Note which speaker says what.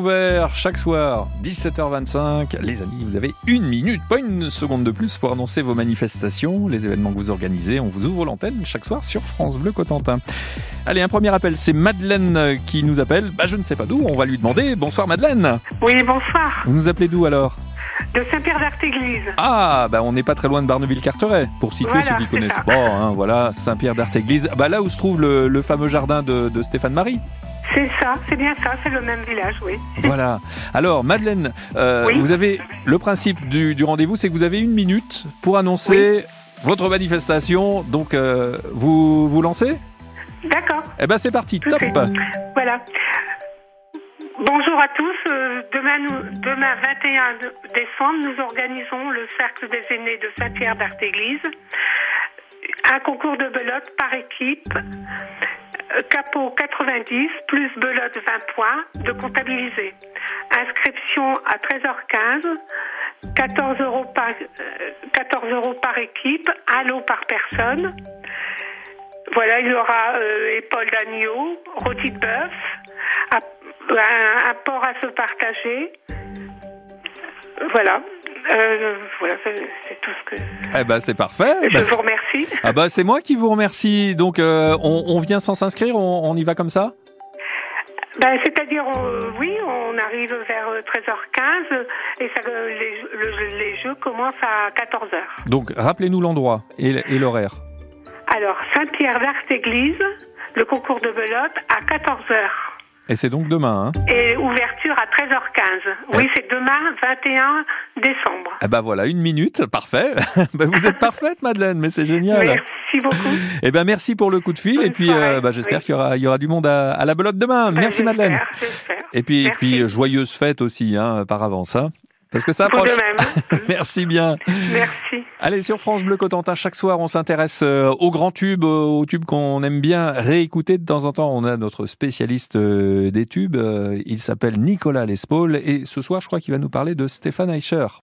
Speaker 1: ouvert chaque soir, 17h25. Les amis, vous avez une minute, pas une seconde de plus pour annoncer vos manifestations, les événements que vous organisez. On vous ouvre l'antenne chaque soir sur France Bleu Cotentin. Allez, un premier appel, c'est Madeleine qui nous appelle. Bah, je ne sais pas d'où, on va lui demander. Bonsoir Madeleine.
Speaker 2: Oui, bonsoir.
Speaker 1: Vous nous appelez d'où alors
Speaker 2: De Saint-Pierre d'Artéglise.
Speaker 1: Ah, bah on n'est pas très loin de Barneville-Carteret, pour situer
Speaker 2: Voilà,
Speaker 1: ceux qui
Speaker 2: c'est
Speaker 1: connaissent
Speaker 2: ça.
Speaker 1: pas. hein, voilà, Saint-Pierre d'Artéglise. Bah là où se trouve le, le fameux jardin de, de Stéphane Marie.
Speaker 2: C'est ça, c'est bien ça, c'est le même village, oui.
Speaker 1: Voilà. Alors, Madeleine, euh,
Speaker 2: Oui.
Speaker 1: vous avez le principe du, du rendez-vous, c'est que vous avez une minute pour annoncer votre manifestation. Donc, euh, vous vous lancez
Speaker 2: D'accord,
Speaker 1: Eh ben, c'est parti.
Speaker 2: Tout
Speaker 1: Top.
Speaker 2: est- voilà. Bonjour à tous. Euh, Demain, nous- demain 21 de- décembre, nous organisons le Cercle des aînés de Saint-Pierre d'Artéglise. Un concours de belote par équipe. Euh, Capot 90 plus belote 20 points de comptabiliser. Inscription à 13h15. 14 euros par, euh, 14 euros par équipe, un lot par personne. Voilà, il y aura euh, épaule d'agneau, rôti de bœuf, ap- un, un porc à se partager. Voilà. Euh, voilà, c'est c'est tout ce que.
Speaker 1: Eh ben, c'est parfait.
Speaker 2: Je
Speaker 1: Bah,
Speaker 2: vous remercie.
Speaker 1: ah bah, c'est moi qui vous remercie. Donc, euh, on, on vient sans s'inscrire, on, on y va comme ça
Speaker 2: Ben, C'est-à-dire, on- oui, on arrive vers euh, 13h15 et ça, euh, les, le- les jeux commencent à 14h.
Speaker 1: Donc, rappelez-nous l'endroit et, l- et l'horaire.
Speaker 2: Alors, Saint-Pierre d'Artéglise, le concours de belote à 14h.
Speaker 1: Et c'est donc demain. Hein
Speaker 2: Et ouverture à 13h15. Oui, c'est demain, 21 décembre.
Speaker 1: eh ben voilà, une minute, parfait. Bah, vous êtes parfaite, Madeleine, mais c'est génial.
Speaker 2: Merci beaucoup.
Speaker 1: Eh ben merci pour le coup de fil
Speaker 2: Bonne
Speaker 1: et puis
Speaker 2: soirée.
Speaker 1: bah, j'espère
Speaker 2: Oui. Bah,
Speaker 1: qu'il y aura, il y aura du monde à, à la belote demain. Merci
Speaker 2: J'espère,
Speaker 1: Madeleine.
Speaker 2: J'espère.
Speaker 1: Et puis, et
Speaker 2: Merci.
Speaker 1: puis euh, joyeuse fête aussi hein, par avance, hein, parce que ça
Speaker 2: Vous
Speaker 1: approche.
Speaker 2: de même.
Speaker 1: Merci bien.
Speaker 2: Merci.
Speaker 1: Allez, sur France Bleu Cotentin, chaque soir, on s'intéresse euh, aux grands tubes, euh, aux tubes qu'on aime bien réécouter. De temps en temps, on a notre spécialiste euh, des tubes. euh, Il s'appelle Nicolas Lespaul. Et ce soir, je crois qu'il va nous parler de Stéphane Eicher.